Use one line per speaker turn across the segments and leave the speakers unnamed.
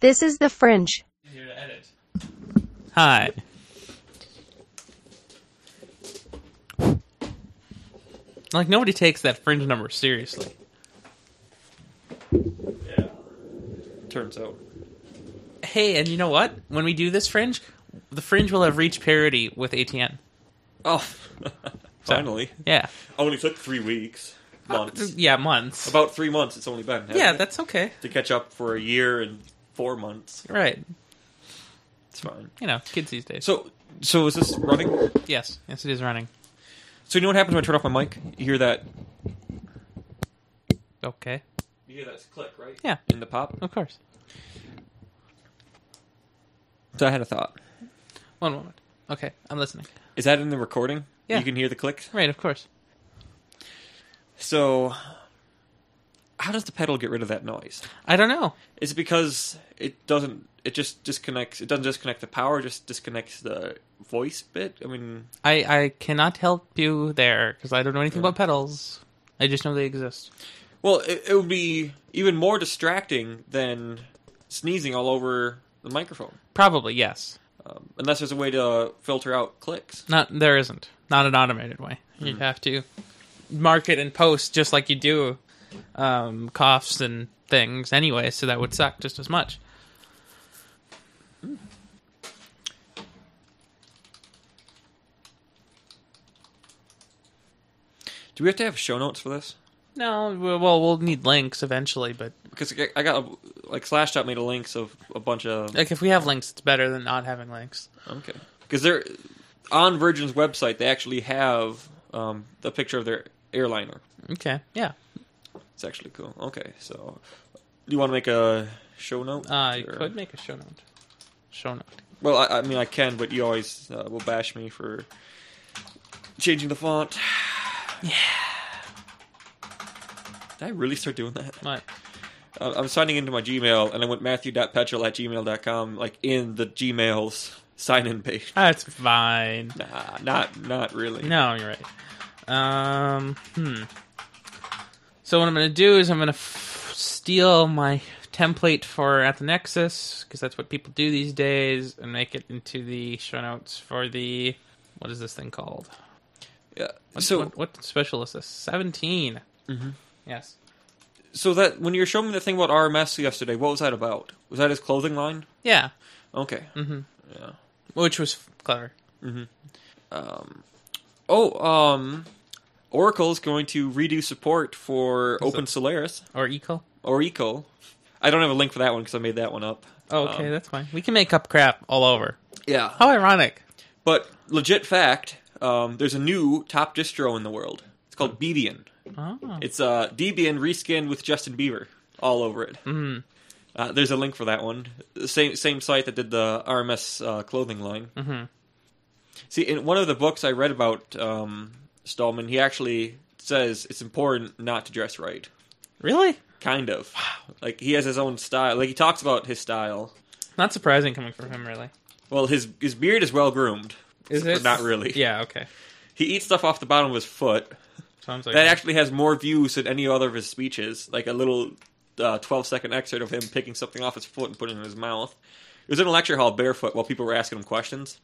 This is the fringe.
Here to edit.
Hi. Like nobody takes that fringe number seriously.
Yeah. Turns out.
Hey, and you know what? When we do this fringe, the fringe will have reached parity with ATN.
Oh. Finally.
Yeah.
Only took three weeks. Months.
Yeah, months.
About three months it's only been. hasn't
yeah,
it?
that's okay.
To catch up for a year and four months.
Right.
It's fine.
You know, kids these days.
So, so is this running?
yes, yes, it is running.
So you know what happens when I turn off my mic? You hear that?
Okay.
You hear that click, right?
Yeah.
In the pop.
Of course.
So I had a thought.
One moment. Okay, I'm listening.
Is that in the recording?
Yeah.
You can hear the clicks.
Right, of course.
So, how does the pedal get rid of that noise?
I don't know.
Is it because it doesn't? It just disconnects. It doesn't disconnect the power. it Just disconnects the voice bit. I mean,
I I cannot help you there because I don't know anything
Yeah.
about pedals. I just know they exist.
well, it, it would be even more distracting than sneezing all over the microphone.
Probably yes.
Um, unless there's a way to filter out clicks.
Not there isn't. Not an automated way. You have to market and post just like you do um, coughs and things anyway. So that would suck just as much.
Do we have to have show notes for this?
No, we- well we'll need links eventually, but
Because I- I got like Slashdot made a links of a bunch of
like if we have links, it's better than not having links.
okay because they're on Virgin's website they actually have um, the picture of their airliner.
Okay, yeah,
It's actually cool. Okay, so do you want to make a show note?
I
or-
could make a show note. Show note.
Well, I, I mean I can, but you always uh, will bash me for changing the font. Yeah. Did I really start doing that?
What?
I- I'm signing into my Gmail, and I went matthew.petrel at gmail.com, like in the Gmail's sign in page.
That's fine.
Nah, not not really.
No, you're right. Um, hmm. So what I'm gonna do is I'm gonna f- steal my template for at the Nexus because that's what people do these days, and make it into the show notes for the what is this thing called?
Yeah.
What,
So
what, what special is this? 17 Mm-hmm. Yes.
so that when you were showing me the thing about RMS yesterday, what was that about? Was that his clothing line?
Yeah.
Okay.
Mhm.
Yeah.
Which was f- clever.
Um. Oh. Um. Oracle is going to redo support for
What's
Open Solaris
Or equal.
or Eco. I don't have a link for that one because I made that one up.
Oh, okay,
Um,
that's fine. We can make up crap all over.
yeah.
How ironic.
But legit fact, um, there's a new top distro in the world. It's called Debian.
Oh.
It's uh, Debian reskinned with Justin Bieber all over it. Mm. Uh, there's a link for that one. The Same same site that did the RMS uh, clothing line. Mm-hmm. See, in one of the books I read about um, Stallman, he actually says it's important not to dress right.
really?
Kind of. Like he has his own style. Like he talks about his style.
Not surprising coming from him, really.
Well, his his beard is well groomed.
Is
But
it?
not really?
Yeah. Okay.
He eats stuff off the bottom of his foot.
Sounds like
That actually has more views than any other of his speeches. Like a little uh, 12 second excerpt of him picking something off his foot and putting it in his mouth. It was in a lecture hall barefoot while people were asking him questions.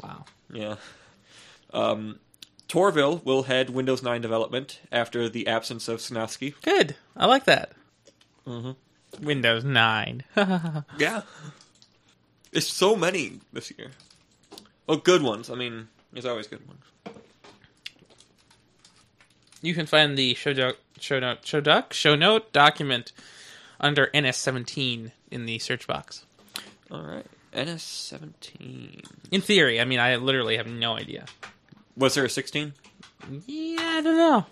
wow.
Yeah. Um, Torville will head Windows 9 development after the absence of Sanofsky.
Good. I like that. Mm-hmm. Windows 9.
Yeah. There's so many this year. Well, good ones. I mean, there's always good ones.
you can find the show doc, show note, show doc, show note document under NS17 in the search box.
All right. NS17.
In theory, I mean, I literally have no idea.
Was there a 16?
Yeah, I don't know.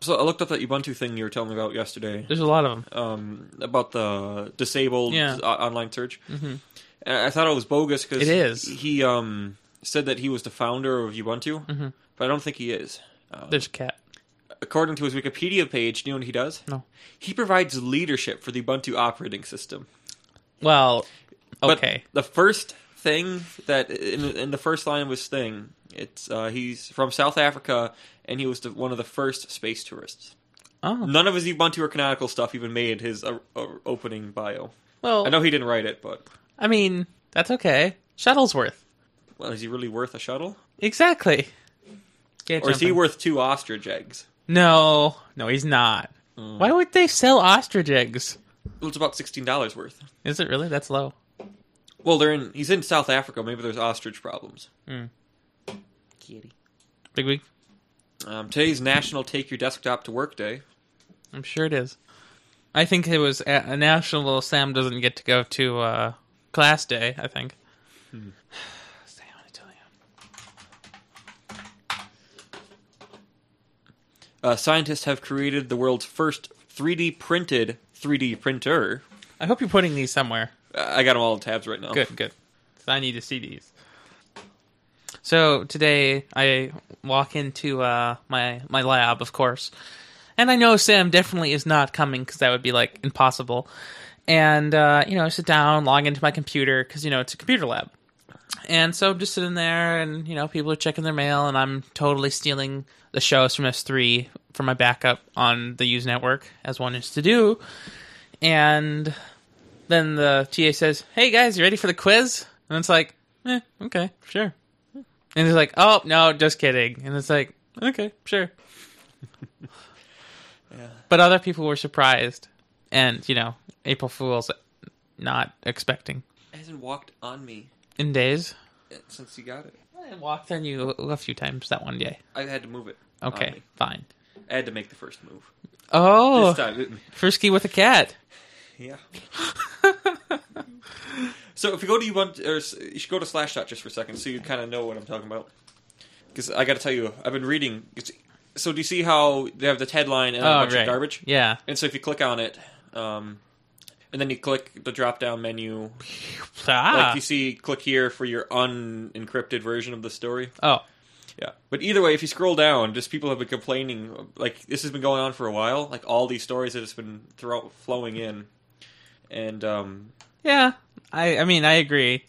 So I looked up that Ubuntu thing you were telling me about yesterday.
There's a lot of them.
um, about the disabled
Yeah. Mm-hmm.
o- online search. And I thought it was bogus because
It is.
He um, said that he was the founder of Ubuntu,
Mm-hmm.
but I don't think he is. Uh,
There's a cat.
according to his Wikipedia page, do you know what he does?
No.
He provides leadership for the Ubuntu operating system.
Well,
But
okay.
the first thing that in, in the first line of his thing, it's uh, he's from South Africa and he was the, one of the first space tourists.
Oh,
None of his Ubuntu or canonical stuff even made his uh, uh, opening bio.
well,
I
I,
know he didn't write it, but
mean, that's okay. Shuttlesworth.
well, is he really worth a shuttle?
Exactly. Gate
Or is he
jumping.
worth two ostrich eggs?
No, no, he's not. Why would they sell ostrich eggs?
Well, it's about sixteen dollars worth.
Is it really? That's low.
Well, they're in. He's in South Africa. Maybe there's ostrich problems.
Mm.
Kitty.
Big week.
Um, today's National Take Your Desktop to Work Day.
I'm sure it is. I think it was a, a national. Sam doesn't get to go to uh, class day. I think. Sam, I tell you.
Uh, scientists have created the world's first 3D printed 3D printer.
I hope you're putting these somewhere.
Uh, I got them all in tabs right now.
Good, good. I need to see these. So today I walk into uh, my my lab, of course, and I know Sam definitely is not coming because that would be like impossible. And uh, you know, I sit down, log into my computer because you know it's a computer lab. And so I'm just sitting there, and you know, people are checking their mail, and I'm totally stealing the shows from S3 for my backup on the Use network, as one is to do. And then the TA says, "Hey guys, you ready for the quiz?" And it's like, "Eh, okay, sure." And it's like, "Oh no, just kidding." And it's like, "Okay, sure." But other people were surprised, and you know, April Fools, not expecting
It hasn't walked on me
in days.
since you got it.
I walked on you a few times that one day.
I had to move it. on
Okay,
me.
fine.
I had to make the first move.
Oh,
This time. it-
frisky with a cat.
Yeah. so if you go to Ubuntu, or s- you should go to Slashdot just for a second, so you kind of know what I'm talking about. Because I got to tell you, I've been reading. It's, so do you see how they have the headline and a
oh,
bunch
right.
of garbage?
Yeah.
And so if you click on it, um, and then you click the drop down menu,
Ah.
like you see, click here for your unencrypted version of the story.
oh,
Yeah. But either way, if you scroll down, just people have been complaining. Like this has been going on for a while. Like all these stories that has been throw- flowing in, and um,
yeah. I I mean, I agree.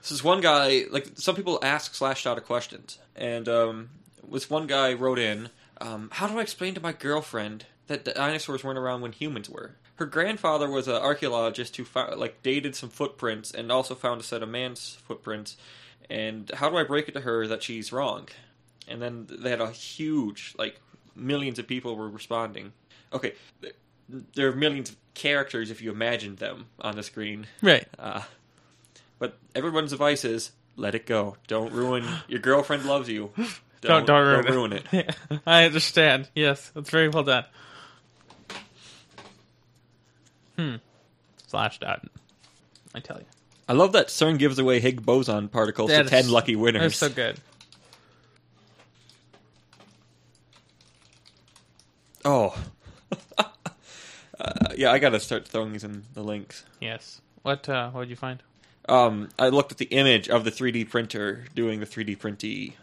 So this one guy, like some people ask Slashdot a question, and um, this one guy wrote in, um, "How do I explain to my girlfriend that the dinosaurs weren't around when humans were?" Her grandfather was an archaeologist who found, like dated some footprints and also found a set of man's footprints. And how do I break it to her that she's wrong? And then they had a huge, like millions of people were responding. Okay, th- there are millions of characters if you imagined them on the screen.
Right.
Uh, but everyone's advice is let it go. Don't ruin your girlfriend loves you.
Don't don't ruin,
it.
it. I understand. Yes, that's very well done. Hmm. Slash dot. I tell you,
I love that CERN gives away Higgs boson particles
That
to
is-
ten lucky winners.
that's so good.
Oh. Uh, yeah, I gotta start throwing these in the links.
Yes. What uh, what did you find?
Um, I looked at the image of the 3D printer doing the 3D printy.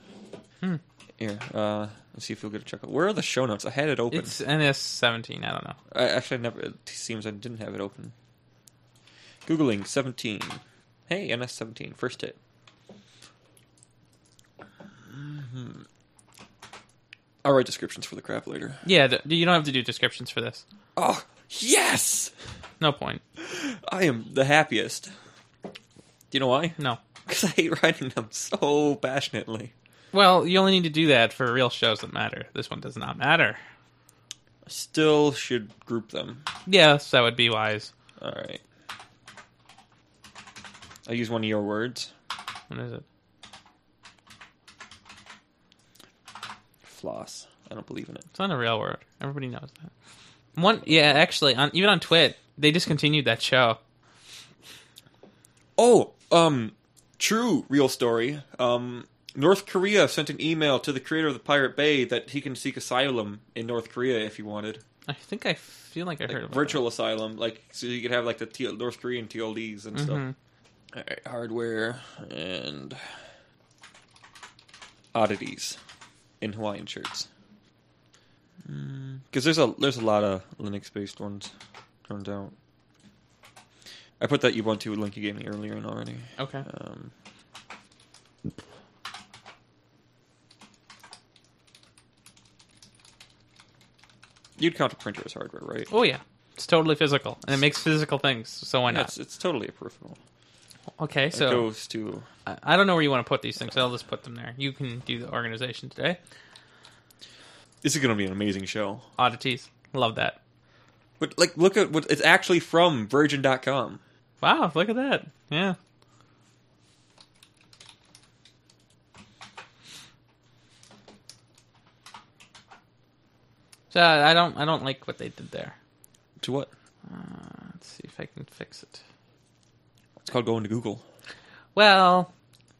Hmm.
Here, uh, let's see if you'll get a chuckle. Where are the show notes? I had it open.
It's NS seventeen. I don't know.
I actually never. It seems I didn't have it open. Googling 17. Hey, NS 17, first hit. Mhm. I'll write descriptions for the crap later.
Yeah, th- you don't have to do descriptions for this.
Oh, yes!
No point.
I am the happiest. Do you know why?
No.
Because I hate writing them so passionately.
Well, you only need to do that for real shows that matter. This one does not matter.
Still should group them.
Yes, that would be wise.
All right. I use one of your words.
What is it?
Floss. I don't believe in it.
It's not a real word. Everybody knows that. One, yeah, actually, on, even on Twit, they discontinued that show.
Oh, um, true real story. Um, North Korea sent an email to the creator of the Pirate Bay that he can seek asylum in North Korea if he wanted,
I think I feel like I heard
like
about
virtual asylum, like so you could have like the T- North Korean TLDs and
that.
stuff.
Mhm.
All right, hardware and oddities in Hawaiian shirts. Because there's a there's a lot of Linux based ones, turned out. I put that Ubuntu link you gave me earlier in already.
Okay.
Um, You'd count a printer as hardware, right?
Oh yeah, it's totally physical, and it makes physical things. So why not?
It's, it's totally a peripheral.
Okay,
it
so
goes to
I I don't know where you want to put these things. I'll just put them there. You can do the organization today.
this is going to be an amazing show.
Oddities, love that.
But like, look at what it's actually from Virgin.com.
Wow, look at that. Yeah. So I don't I don't like what they did there.
To what?
Uh, let's see if I can fix it.
It's called going to Google.
Well,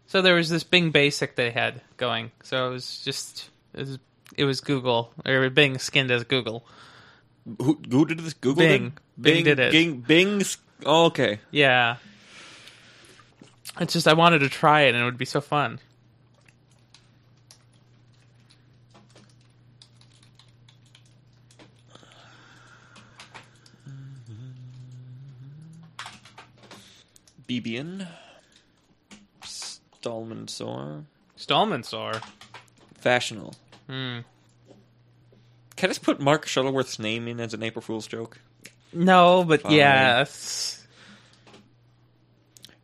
so there was this Bing Basic they had going. So it was just it was, it was Google or Bing skinned as Google.
Who, who did this? Google
Bing.
Did?
Bing did it.
Bing. Bing's. Oh, okay.
Yeah. It's just I wanted to try it and it would be so fun.
Bebian. Stallman Sore.
Stallman's are.
Fashional.
Hmm.
Can I just put Mark Shuttleworth's name in as an April Fool's joke?
No, but
Fine.
yes.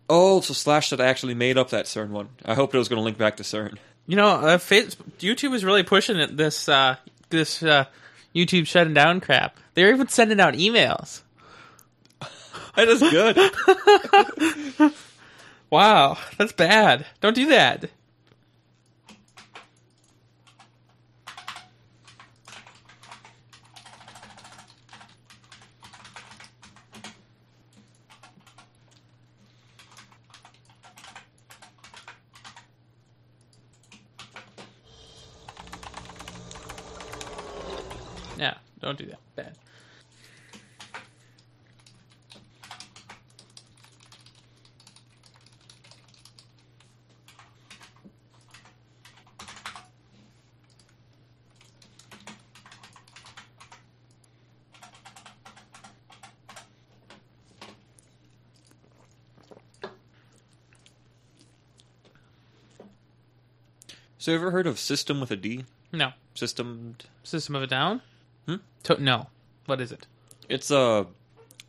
Oh, so Slash said I actually made up that CERN one. I hoped it was going to link back to CERN.
You know, uh, Face- YouTube is really pushing it, this uh, this uh, YouTube shutting down crap. They're even sending out emails.
That is good.
Wow, that's bad. Don't do that. Yeah, don't do that. Bad.
so, you ever heard of System with a D?
No.
System.
System of a Down?
Hmm?
To- no. What is it?
It's a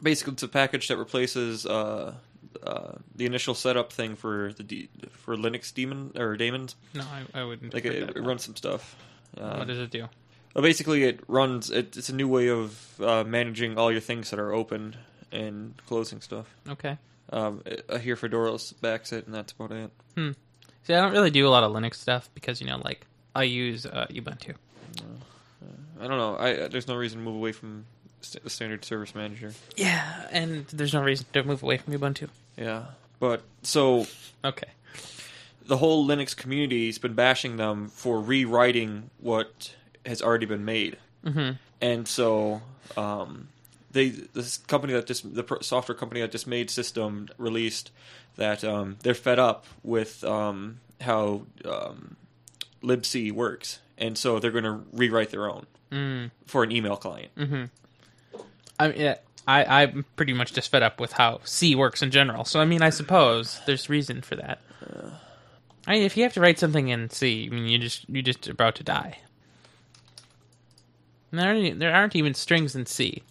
basically it's a package that replaces uh, uh, the initial setup thing for the D, for Linux daemon or daemons.
No, I, I wouldn't.
Like
put
it,
that.
it runs some stuff. Uh,
what does it do?
Well, basically, it runs. It, it's a new way of uh, managing all your things that are open and closing stuff.
Okay.
Um, I hear Fedora backs it, and that's about it.
See, I don't really do a lot of Linux stuff because you know, like I use uh, Ubuntu.
I don't know. I there's no reason to move away from st- the standard service manager.
Yeah, and there's no reason to move away from Ubuntu.
Yeah, but so
Okay.
the whole Linux community's been bashing them for rewriting what has already been made,
Mm-hmm.
and so um, they this company that just the pro- software company that just made System released that um, they're fed up with um, how um, libc works, and so they're going to rewrite their own
Mm.
for an email client.
Mm-hmm. I mean, yeah, I I'm pretty much just fed up with how C works in general. So I mean, I suppose there's reason for that. I mean, if you have to write something in C, I mean, you just you're just about to die. And There aren't, e, there aren't even strings in C.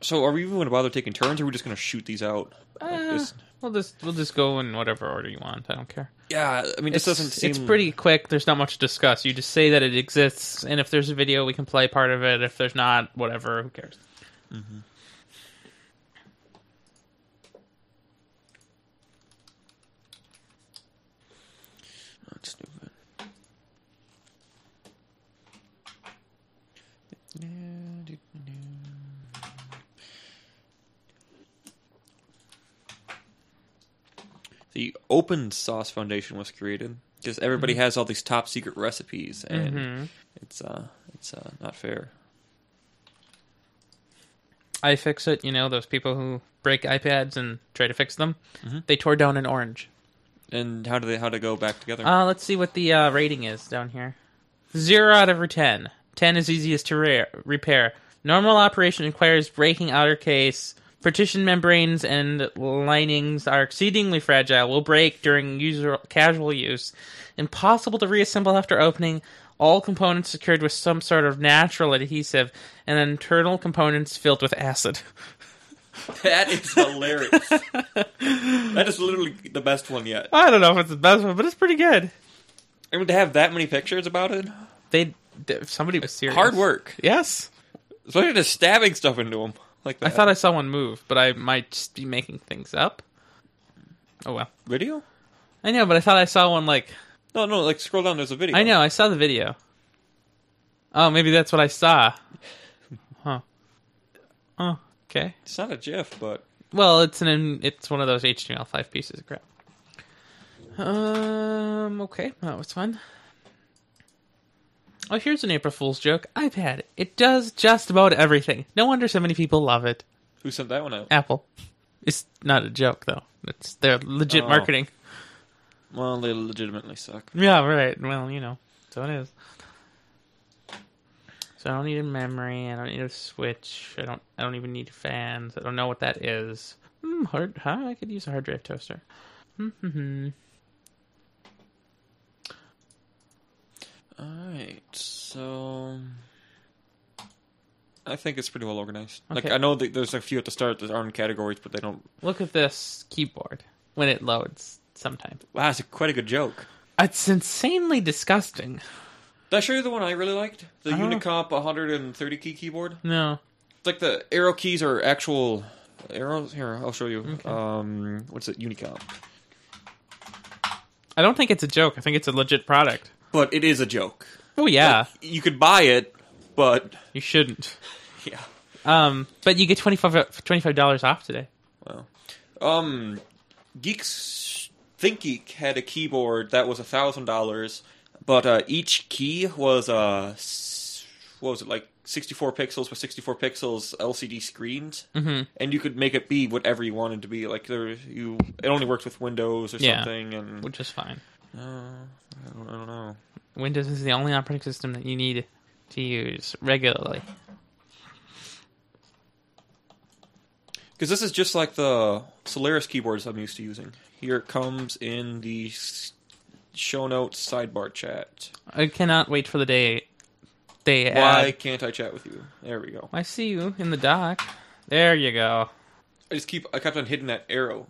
So are we even going to bother taking turns, or are we just going to shoot these out? Like
Uh,
this?
We'll just we'll just go in whatever order you want. I don't care.
Yeah, I mean, this
it's,
doesn't seem.
it's pretty quick. There's not much to discuss. You just say that it exists, and if there's a video, we can play part of it. If there's not, whatever. Who cares?
That's stupid. The Open Source Foundation was created because everybody has all these top secret recipes, and
Mhm.
it's uh, it's uh, not fair.
I fix it. You know those people who break iPads and try to fix them.
Mhm.
They tore down an orange.
And how do they how to go back together?
Uh, let's see what the uh, rating is down here. Zero out of ten. 10 is easiest to re- repair. Normal operation requires breaking outer case. Partition membranes and linings are exceedingly fragile, will break during user casual use. Impossible to reassemble after opening. All components secured with some sort of natural adhesive, and internal components filled with acid.
That is hilarious. that is literally the best one yet.
I don't know if it's the best one, but it's pretty good.
I mean, to have that many pictures about it,
They, they somebody was serious.
hard work.
Yes.
Especially just stabbing stuff into them like that.
I thought I saw one move, but I might just be making things up. Oh well.
video.
I know, but I thought I saw one like
No, no. Like scroll down. There's a video.
I know, I saw the video. Oh, maybe that's what I saw. Huh. Oh, okay.
It's not a GIF, but
Well, it's an it's one of those HTML5 pieces of crap. Um, okay. That was fun. Oh, here's an April Fool's joke. I've had it. It does just about everything. No wonder so many people love it.
who sent that one out?
Apple. It's not a joke though. It's their legit
Oh.
marketing.
Well, they legitimately suck.
Yeah, right. Well, you know, so it is. So I don't need a memory. I don't need a switch. I don't. I don't even need fans. I don't know what that is. Hmm, hard. Huh? I could use a hard drive toaster. Hmm.
All right, so um, I think it's pretty well organized. Like
Okay.
I know that there's a few at the start that aren't categories, but they don't.
Look at this keyboard when it loads. Sometimes
Wow, it's a, quite a good joke.
it's insanely disgusting.
Did I show you the one I really liked? The
Oh.
Unicomp 130 key keyboard.
No.
It's like the arrow keys are actual arrows. Here, I'll show you. Um, what's it? Unicomp.
I don't think it's a joke. I think it's a legit product.
But it is a joke.
Oh yeah,
You could buy it, but
you shouldn't.
yeah.
Um, but you get 25 dollars off today.
Wow. Um, Geeks Think Geek had a keyboard that was a thousand dollars, but uh, each key was uh, s- what was it like sixty four pixels by sixty four pixels LCD screens,
Mhm.
and you could make it be whatever you wanted to be. Like there, you it only worked with Windows or
Yeah.
something, and
which is fine.
uh, I, don't, I don't know.
Windows is the only operating system that you need to use regularly.
Because this is just like the Solaris keyboards I'm used to using. Here it comes in the s- show notes sidebar chat.
I cannot wait for the day they
Why
add.
can't I chat with you? There we go.
I see you in the dock. There you go.
I just keep I kept on hitting that arrow.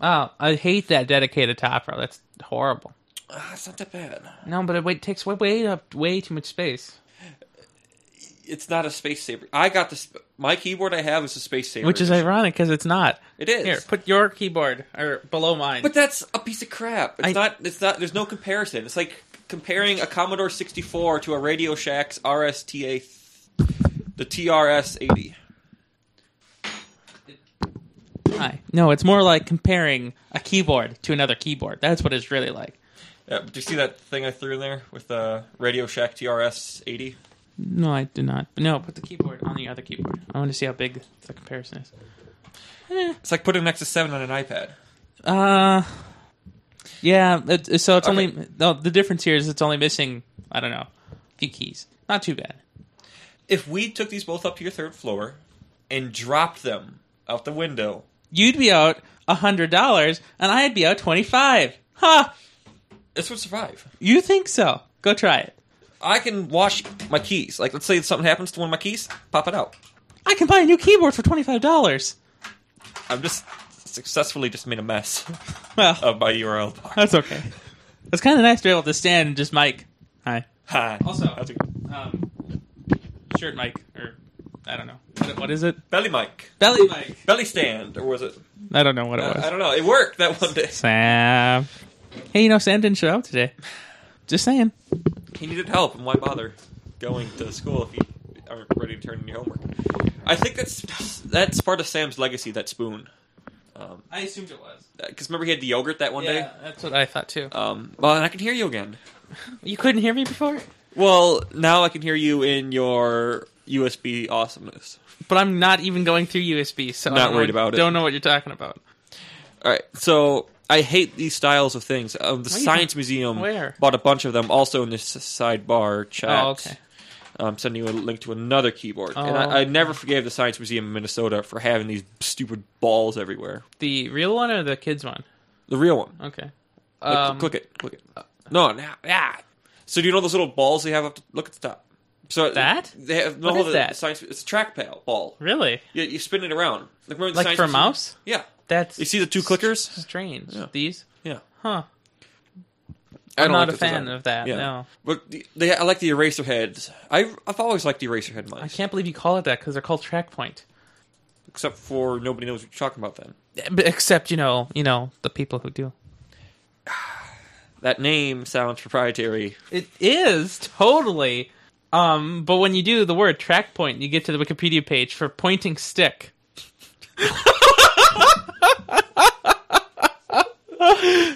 Oh, I hate that dedicated top row. That's horrible.
Ah, it's not that bad.
No, but it wait, takes way, way up, way too much space,
It's not a space saver. I got this. My keyboard I have is a space saver,
which is
edition.
ironic because it's not.
it is.
Here, put your keyboard or below mine.
but that's a piece of crap. It's
I-
not. It's not. There's no comparison. It's like comparing a Commodore 64 to a Radio Shack's RSTA, th- the TRS 80.
Hi. No, it's more like comparing a keyboard to another keyboard. That's what it's really like.
Yeah, Uh, do you see that thing I threw in there with the Radio Shack TRS 80?
No, I did not. No, put the keyboard on the other keyboard. I want to see how big the comparison is.
It's like putting an Nexus 7 on an iPad.
Uh, yeah. It, so it's
Okay.
only no. The difference here is it's only missing. I don't know, a few keys. Not too bad.
If we took these both up to your third floor and dropped them out the window,
You'd be out a hundred dollars, and I'd be out twenty five. Huh?
this would survive.
You think so? Go try it.
I can wash my keys. Like, let's say something happens to one of my keys, pop it out.
I can buy a new keyboard for twenty five dollars.
I've just successfully just made a mess
Well,
of my URL bar.
that's okay. It's kind of nice to be able to stand and just mic. Hi.
Hi.
Also-
How's it-
Um, shirt mic or I don't know. What, what is it?
belly mic,
Belly mic.
belly stand, or was it?
Uh, I don't know what it
I-
was.
I don't know. It worked that one day.
Sam. Hey, you know, Sam didn't show up today. Just saying.
He needed help, and why bother going to school if you aren't ready to turn in your homework? I think that's that's part of Sam's legacy. That spoon,
I assumed it was.
because remember he had the yogurt that one day.
that's what I thought too.
Um, well, and I can hear you again.
Uh, You couldn't hear me before?
Well, now I can hear you in your USB awesomeness.
But I'm not even going through USB, so
Not
I don't
worried
know-
about it.
Don't know what you're talking about.
All right, so I hate these styles of things. Um, the
Why you
Science Museum
Where?
bought a bunch of them, also in this sidebar chat.
Oh, okay. Oh,
um, sending you a link to another keyboard. And I, I never forgave the Science Museum of Minnesota for having these stupid balls everywhere.
The real one or the kids one?
The real one.
Okay.
Like,
Um,
click it. Click it. No, now, yeah. So do you know those little balls they have up? To, look at the top. So
That?
they have no,
What is
the,
that?
the science. It's a trackpad ball.
Really?
You, you spin it around. Like remember the
Like
science
for a
museum?
mouse?
Yeah.
That's
You see the two clickers?
strange.
Yeah.
These?
Yeah.
Huh.
I
I'm
don't
not
like
a
this
fan
design.
of that.
Yeah.
No.
But the, they, I like the eraser heads. I, I've always liked the eraser head
I
mice,
can't believe you call it that because they're called track point.
except for nobody knows what you're talking about. Then
But Except you know, you know the people who do.
that name sounds proprietary.
It is totally. Um, but when you do the word track point, you get to the Wikipedia page for pointing stick.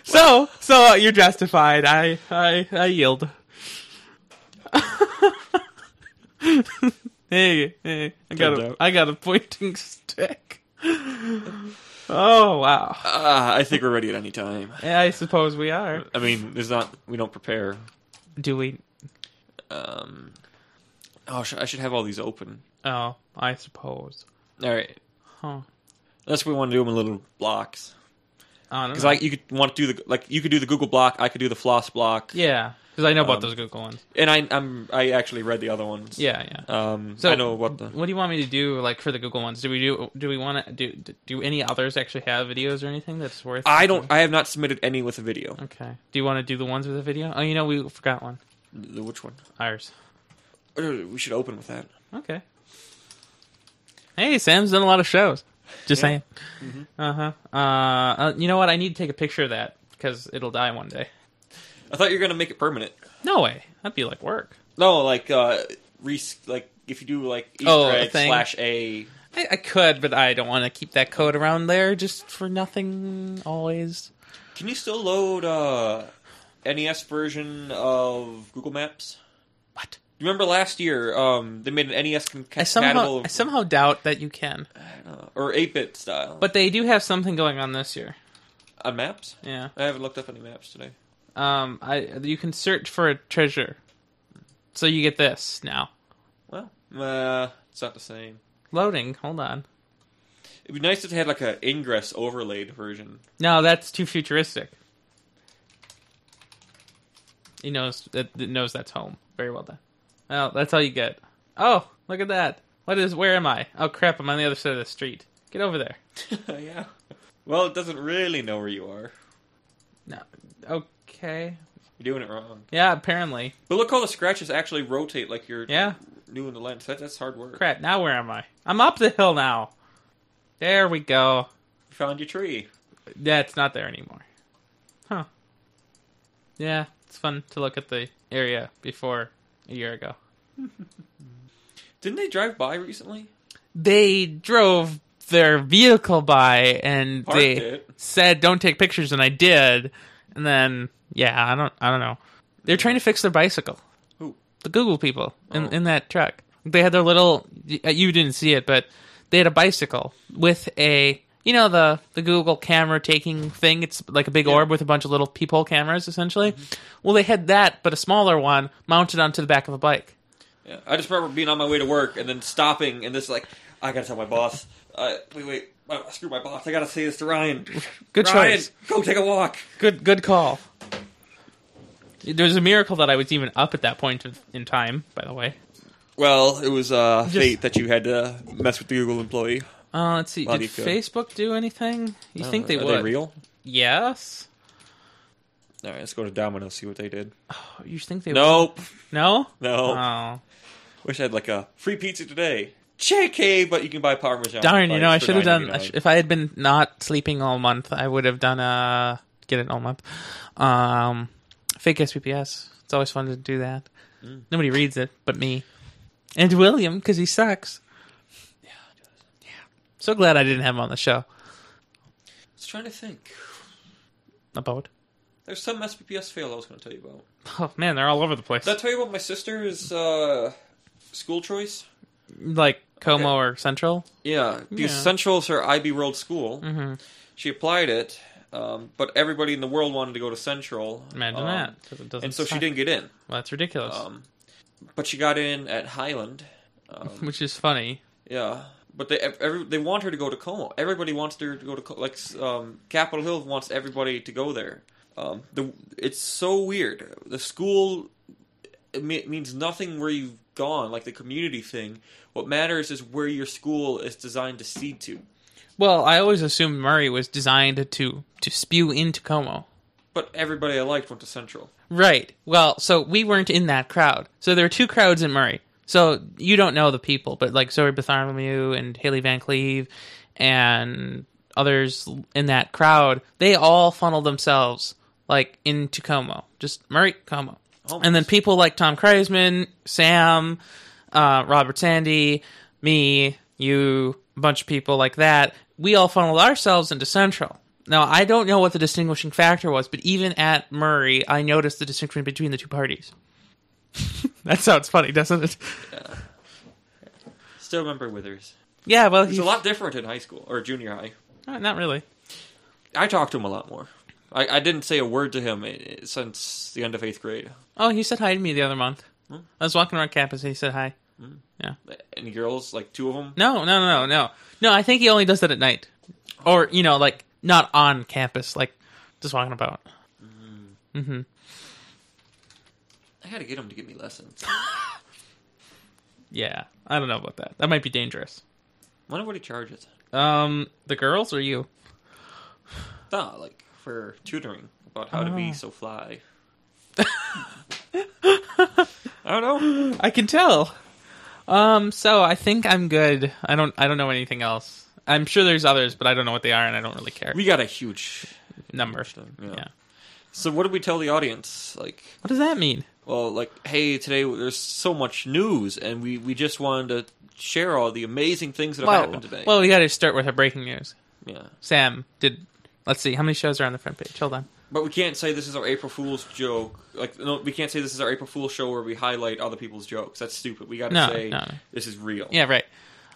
so, so uh, you're justified. I, I, I yield. hey, hey, I got
Turned
a,
out.
I got a pointing stick. Oh wow!
Ah, I think we're ready at any time.
Yeah, I suppose we are.
I mean, there's not. We don't prepare.
Do we?
Um, oh, sh- I should have all these open.
Oh, I suppose.
All right,
Huh.
unless we want to do them in little blocks.
I don't
Because
know.
like you could want to do the like you could do the Google block, I could do the Floss block,
Yeah, because I know about
Um,
those Google ones.
and I I'm I actually read the other ones.
Yeah, yeah.
Um,
So-
I know what the
What do you want me to do, like for the Google ones? Do we do? Do we want to do? Do any others actually have videos or anything that's worth?
I don't I have not submitted any with a video.
Okay. Do you want to do the ones with a video? Oh, you know we forgot one.
The- Which one?
Ours.
Uh, We should open with that.
Okay. Hey, Sam's done a lot of shows. Just saying.
Mm-hmm.
Uh-huh. Uh Uh You know what? I need to take a picture of that because it'll die one day.
I thought you were gonna make it permanent.
No way. That'd be like work.
No, like uh, res- like if you do like Easter
Oh, a
egg
thing.
slash a.
I, I could, but I don't want to keep that code around there just for nothing always.
Can you still load uh NES version of Google Maps?
What?
Remember last year, um, they made an NES com-
I somehow
compatible
I somehow doubt that you can.
uh, or eight bit style,
But they do have something going on this year.
on maps.
Yeah.
I haven't looked up any maps today.
Um I you can search for a treasure. So you get this now.
Well, uh, it's not the same.
Loading, hold on.
It'd be nice if they had like a ingress overlaid version.
No, that's too futuristic. He knows that that knows that's home. Very well done. Oh, that's all you get. Oh, look at that. What is where am I? Oh crap, I'm on the other side of the street. Get over there.
yeah. Well, it doesn't really know where you are.
No. Okay.
You're doing it wrong.
Yeah, apparently.
But look how the scratches actually rotate like you're
Yeah.
new in the lens. That, that's hard work.
Crap, now where am I? I'm up the hill now. There we go.
You found your tree.
That's not there anymore. Huh. Yeah, it's fun to look at the area before a year ago.
Didn't they drive by recently?
They drove their vehicle by and
Parked
they
it.
said don't take pictures and I did. And then yeah, I don't I don't know. They're trying to fix their bicycle.
Who?
The Google people in,
Oh.
in that truck. They had their little y- uh, you didn't see it, but they had a bicycle with a you know the the Google camera taking thing. It's like a big orb with a bunch of little peephole cameras, essentially.
Mm-hmm.
Well, they had that, but a smaller one mounted onto the back of a bike.
Yeah. I just remember being on my way to work and then stopping and this like I gotta tell my boss. Uh, wait, wait, uh, screw my boss. I gotta say this to Ryan.
Good
Ryan,
choice.
go take a walk.
Good good call. There was a miracle that I was even up at that point of- in time. By the way,
Well, it was uh, fate that you had to mess with the Google employee.
uh, let's see.
Well,
Did
you could. Oh,
Facebook do anything? You think they
Are
would?
they real?
Yes.
All right, let's go to Domino see what they did.
Oh, you think they would?
Nope,
No.
no.
Oh.
Wish I had like a free pizza today. JK, but you can buy Parmesan.
Darn, you know, I
bites for
should have done. I
$9.99.
sh- if I had been not sleeping all month, I would have done a get it all month. Um, fake SPPS. It's always fun to do that. Nobody reads it but me and William because he sucks. Yeah, so glad I didn't have him on the show.
I was trying to think.
About
There's some SPPS fail I was going to tell you about.
oh man, they're all over the place.
Did I tell you about my sister's uh, school choice?
like Como or Central.
Yeah, because
Yeah. Mm-hmm.
Central's her IB World school. She applied it, um, but everybody in the world wanted to go to Central.
Imagine
um,
that. 'cause it doesn't
And so she
suck.
didn't get in.
Well, that's ridiculous.
Um, but she got in at Highland. Um,
which is funny.
yeah, but they ev- every, they want her to go to Como. Everybody wants her to go to Co- like s- um, Capitol Hill wants everybody to go there. Um, the it's so weird. The school it me- means nothing where you've gone, like the community thing. What matters is where your school is designed to seed to.
Well, I always assumed Murray was designed to to spew into Como.
But everybody I liked went to Central.
Right. Well, so we weren't in that crowd. So there are two crowds in Murray. So you don't know the people, but like Zoe Bartholomew and Haley Van Cleve and others in that crowd, they all funnel themselves like into Como, just Murray Como,
Oh.
and then people like Tom Kreisman, Sam, uh, Robert Sandy, me, you, a bunch of people like that. We all funneled ourselves into Central. Now I don't know what the distinguishing factor was, but even at Murray, I noticed the distinction between the two parties. that sounds funny, doesn't it?
Still remember Withers.
Yeah, well,
It's
he's
a lot different in high school or junior high.
Not, not really.
I talked to him a lot more. I, I didn't say a word to him eh, since the end of eighth grade.
Oh, he said hi to me the other month. I was walking around campus and he said hi.
And girls, like two of them.
No, no, no, no. No, I think he only does that at night. Or, you know, like, not on campus, like, just walking about. hmm
I had to get him to give me lessons.
Yeah. I don't know about that. That might be dangerous.
wonder what he charges.
Um, the girls or you?
Nah, like for tutoring about how to be so fly. I don't know.
I can tell. Um, so I think I'm good. I don't, I don't know anything else. I'm sure there's others, but I don't know what they are and I don't really care.
We got a huge.
Number.
Yeah.
yeah.
So what did we tell the audience? Like,
What does that mean?
well, like, hey, today there's so much news, and we we just wanted to share all the amazing things that have happened today.
well, we got to start with a breaking news.
yeah.
Sam did. Let's see how many shows are on the front page. Hold on.
But we can't say this is our April Fool's joke. Like, no, we can't say this is our April Fool's show where we highlight other people's jokes. That's stupid. We gotta
No,
say
no, no.
this is real.
Yeah, right.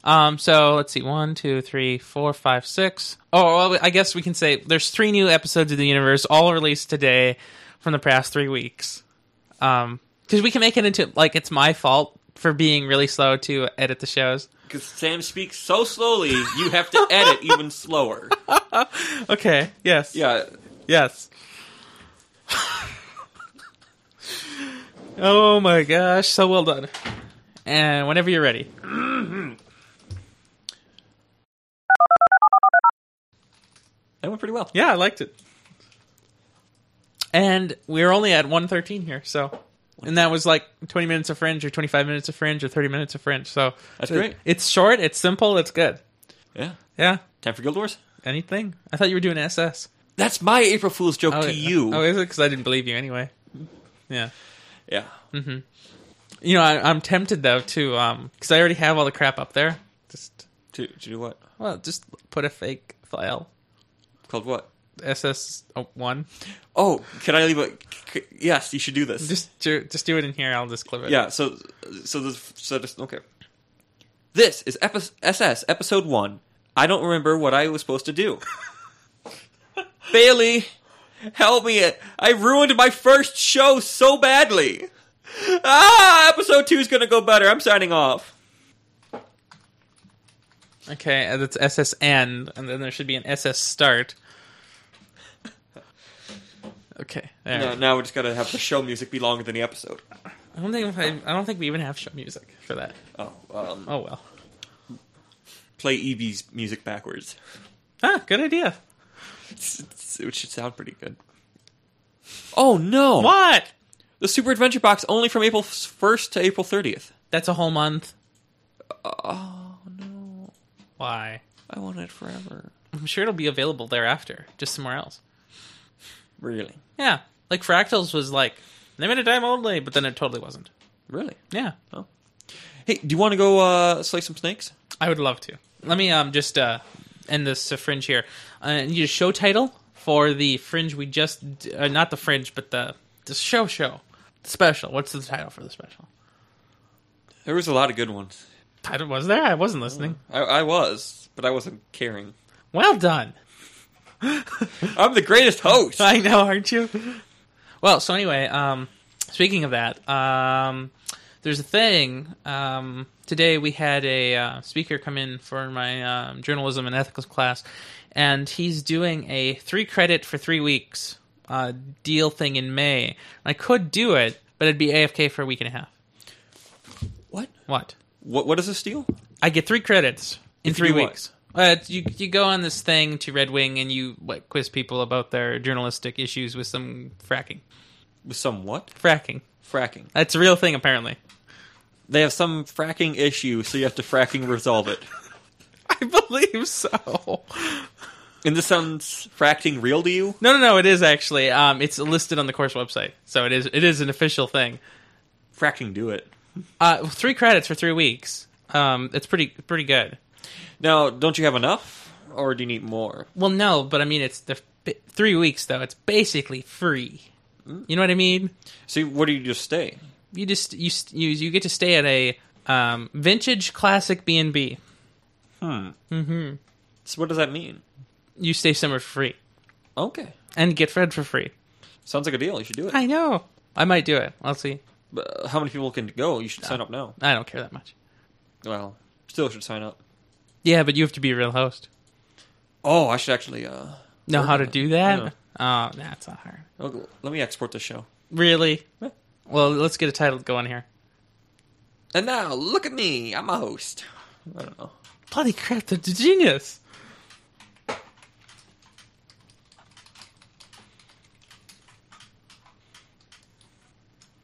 Um, so let's see. One, two, three, four, five, six. Oh, well, I guess we can say there's three new episodes of the universe, all released today from the past three weeks. Um, because we can make it into like it's my fault for being really slow to edit the shows.
Because Sam speaks so slowly, you have to edit even slower.
Okay. Yes.
Yeah.
Yes. oh my gosh, so well done. And whenever you're ready.
That went pretty well.
Yeah, I liked it. And we're only at 113 here, so. And that was like 20 minutes of fringe, or 25 minutes of fringe, or 30 minutes of fringe. So
That's
it-
great.
It's short, it's simple, it's good.
Yeah.
Yeah,
Time for Guild Wars?
anything. I thought you were doing SS.
That's my April Fool's joke to you.
Oh, is it? Because I didn't believe you anyway. Yeah.
yeah.
You know, I, I'm tempted though to, um, because I already have all the crap up there. Just
To, to do what?
Well, just put a fake file
Called what?
SS one.
Oh, can I leave a. c- yes, you should do this.
Just do, just do it in here. I'll just clip it.
yeah, so. So this. So this okay. This is epi- SS Episode 1. I don't remember what I was supposed to do. Bailey, help me. I ruined my first show so badly. Ah, episode 2 is going to go better. I'm signing off.
Okay, and it's SS end, and then there should be an SS start. Okay. There.
No, now we just gotta have the show music be longer than the episode.
I don't think I, I don't think we even have show music for that.
Oh, um,
Oh well.
play Evie's music backwards,
Ah, good idea.
It's- it's- it should sound pretty good. Oh no!
What?
The Super Adventure Box only from April first to April thirtieth.
That's a whole month.
Oh no!
Why?
I want it forever.
I'm sure it'll be available thereafter, just somewhere else.
Really,
Yeah, like Fractals was like limited time only, but then it totally wasn't.
really.
Yeah.
Oh. Hey, do you want to go uh, slay some snakes?
I would love to. Let me um just uh end this uh, fringe here. Uh, I need a show title for the fringe we just d- uh, not the fringe, but the the show show special. What's the title for the special?
There was a lot of good ones.
Title was there? I wasn't listening.
I, I was, but I wasn't caring.
Well done.
I'm the greatest host.
I know, aren't you? Well, so anyway, um, speaking of that, um, there's a thing. Um, today we had a uh, speaker come in for my um, journalism and ethics class, and he's doing a three credit for three weeks uh, deal thing in May. And I could do it, but it'd be AFK for a week and a half.
What?
What?
What? What is this deal?
I get three credits in
If you
three
do what?
weeks. Uh, it's- you you go on this thing to Red Wing and you what, quiz people about their journalistic issues with some fracking.
With some what?
Fracking.
Fracking.
That's a real thing, apparently.
They have some fracking issue, so you have to fracking resolve it.
I believe so.
And this sounds fracking real to you?
No, no, no. It is actually. Um, it's listed on the course website, so it is. It is an official thing.
Fracking do it.
Uh, well, three credits for three weeks. Um, it's pretty pretty good.
Now, don't you have enough, or do you need more?
Well, no, but I mean, it's the f- three weeks though. It's basically free. You know what I mean?
See, what do you just stay?
You just you st- you you get to stay at a um, vintage classic B and B.
Hmm. Mm-hmm. So what does that mean?
You stay somewhere for free
Okay.
and get fed for free.
Sounds like a deal. You should do it.
I know. I might do it. I'll see.
But, uh, how many people can go? You should sign up now.
I don't care that much.
Well, still should sign up.
Yeah, but you have to be a real host.
Oh, I should actually. uh
Know how to
Sure.
do that? Oh, that's not hard.
oh, Let me export this show.
Really?
Yeah.
Well, let's get a title going here.
And now, look at me. I'm a host. I don't know.
Bloody crap, that's genius.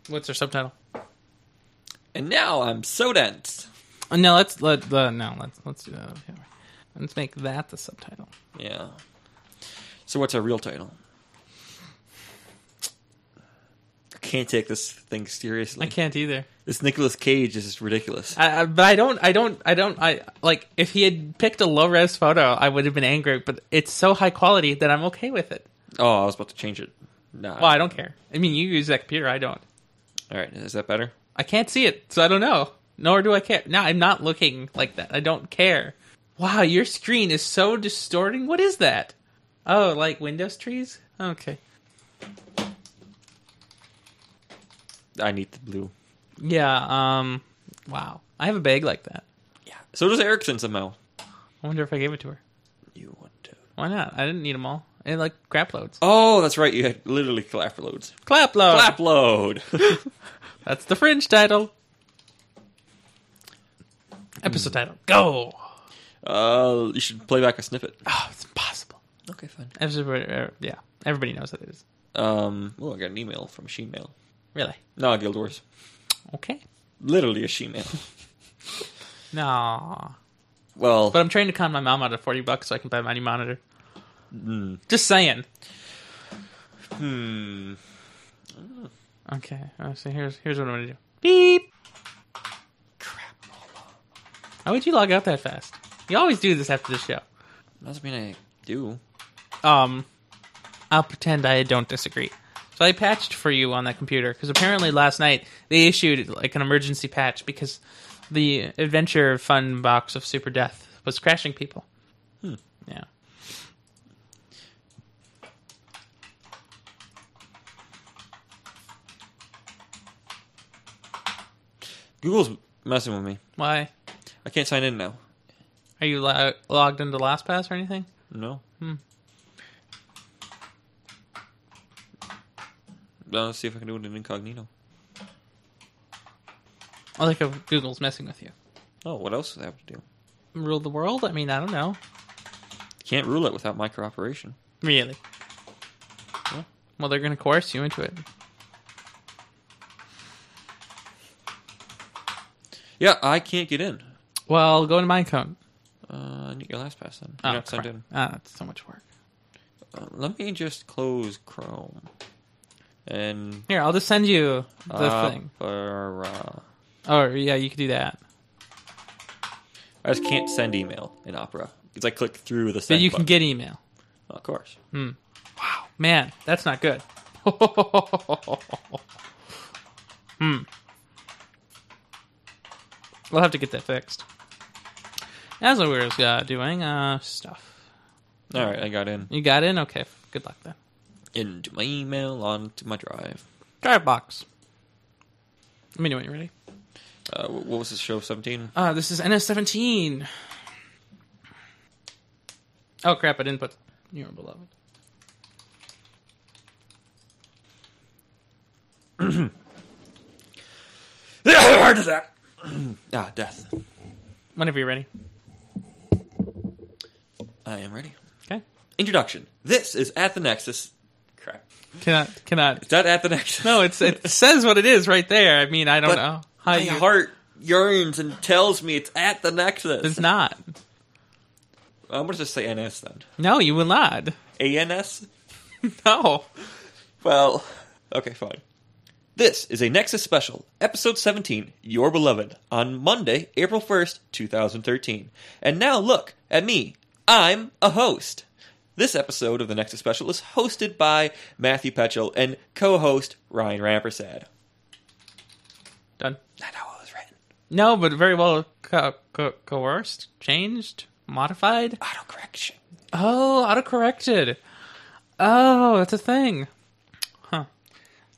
What's our subtitle?
And now I'm so dense.
Uh, No, let's let uh, no let's let's do that. over here. Let's make that the subtitle.
Yeah. So what's our real title? I can't take this thing seriously.
I can't either.
This Nicolas Cage is just ridiculous.
I, I, but I don't. I don't. I don't. I like if he had picked a low res photo, I would have been angry. But it's so high quality that I'm okay with it.
oh, I was about to change it. Nah.
Well, I don't care. I mean, you use that computer. I don't.
All right, is that better?
I can't see it, so I don't know. Nor do I care. No, I'm not looking like that. I don't care. Wow, your screen is so distorting. What is that? Oh, like Windows trees? Okay.
I need the blue.
Yeah, um wow. I have a bag like that.
Yeah. So does Erickson somehow.
I wonder if I gave it to her.
You want to?
Why not? I didn't need them all. And like crap loads.
Oh, that's right. You had literally clap loads.
Clap load.
Clap load.
That's the fringe title. Episode title. Go.
uh, you should play back a snippet.
Oh, it's impossible.
Okay, fine.
Everybody, er, yeah, everybody knows that it is.
Um, oh, I got an email from She Mail.
Really?
No, Guild Wars.
Okay.
Literally a She Mail.
No.
Well,
But I'm trying to con my mom out of 40 bucks so I can buy my new monitor. Just saying.
hmm.
Okay. uh, so here's here's what I'm gonna do. Beep.
Crap.
Why would you log out that fast? You always do this after the show.
Doesn't mean I do.
Um, I'll pretend I don't disagree. So I patched for you on that computer because apparently last night they issued like an emergency patch because the adventure fun box of Super Death was crashing people. Hmm. Yeah.
Google's messing with me.
Why?
I can't sign in now.
Are you lo- logged into LastPass or anything?
No.
Hmm.
Uh, Let's see if I can do it in incognito.
I like if Google's messing with you.
Oh, what else do I have to do?
Rule the world? I mean, I don't know.
Can't rule it without my cooperation.
Really?
Yeah.
Well, they're going to coerce you into it.
Yeah, I can't get in.
Well, go to my account.
Uh, I need your last pass then. You're
Oh,
not signed
crap.
in.
Ah, that's so much work.
Uh, let me just close Chrome. And
Here, I'll just send you the
Uh,
thing.
Opera.
Oh, yeah, you could do that.
I just can't send email in Opera because I click through the
But
send.
you can
button.
get email.
Of course.
Wow. Man, that's not good. hmm. We'll have to get that fixed. As we were uh, doing uh, stuff.
All right, I got in.
You got in? Okay. Good luck then.
Into my email, onto my drive.
Drive box. Let me know when you're ready.
Uh, wh- what was his show? Seventeen.
Uh, this is NS17. Oh crap! I didn't put your beloved.
Hard to that. ah, death.
Whenever you're ready.
I am ready.
Okay.
Introduction. This is at the Nexus. Crap.
Cannot. Cannot.
Is that at the Nexus?
No, it's it says what it is right there. I mean, I don't
But
know how
My
you.
heart yearns and tells me it's at the Nexus.
It's not.
I'm gonna just say NS then.
No, you will not.
ANS.
No.
Well, okay, fine. This is a Nexus special, episode 17, Your Beloved, on Monday, April 1st, 2013. And now look at me. I'm a host. This episode of the Nexus special is hosted by Matthew Petchel and co host Ryan Rampersad.
Done.
I know what was written.
No, but very well co- co- coerced, changed, modified.
Auto correction.
Oh, autocorrected. Oh, that's a thing. Huh.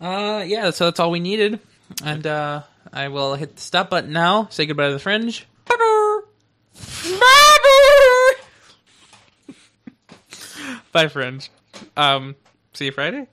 Uh, yeah, so that's all we needed. And uh, I will hit the stop button now. Say goodbye to the fringe. Bye, fringe. Um, see you Friday.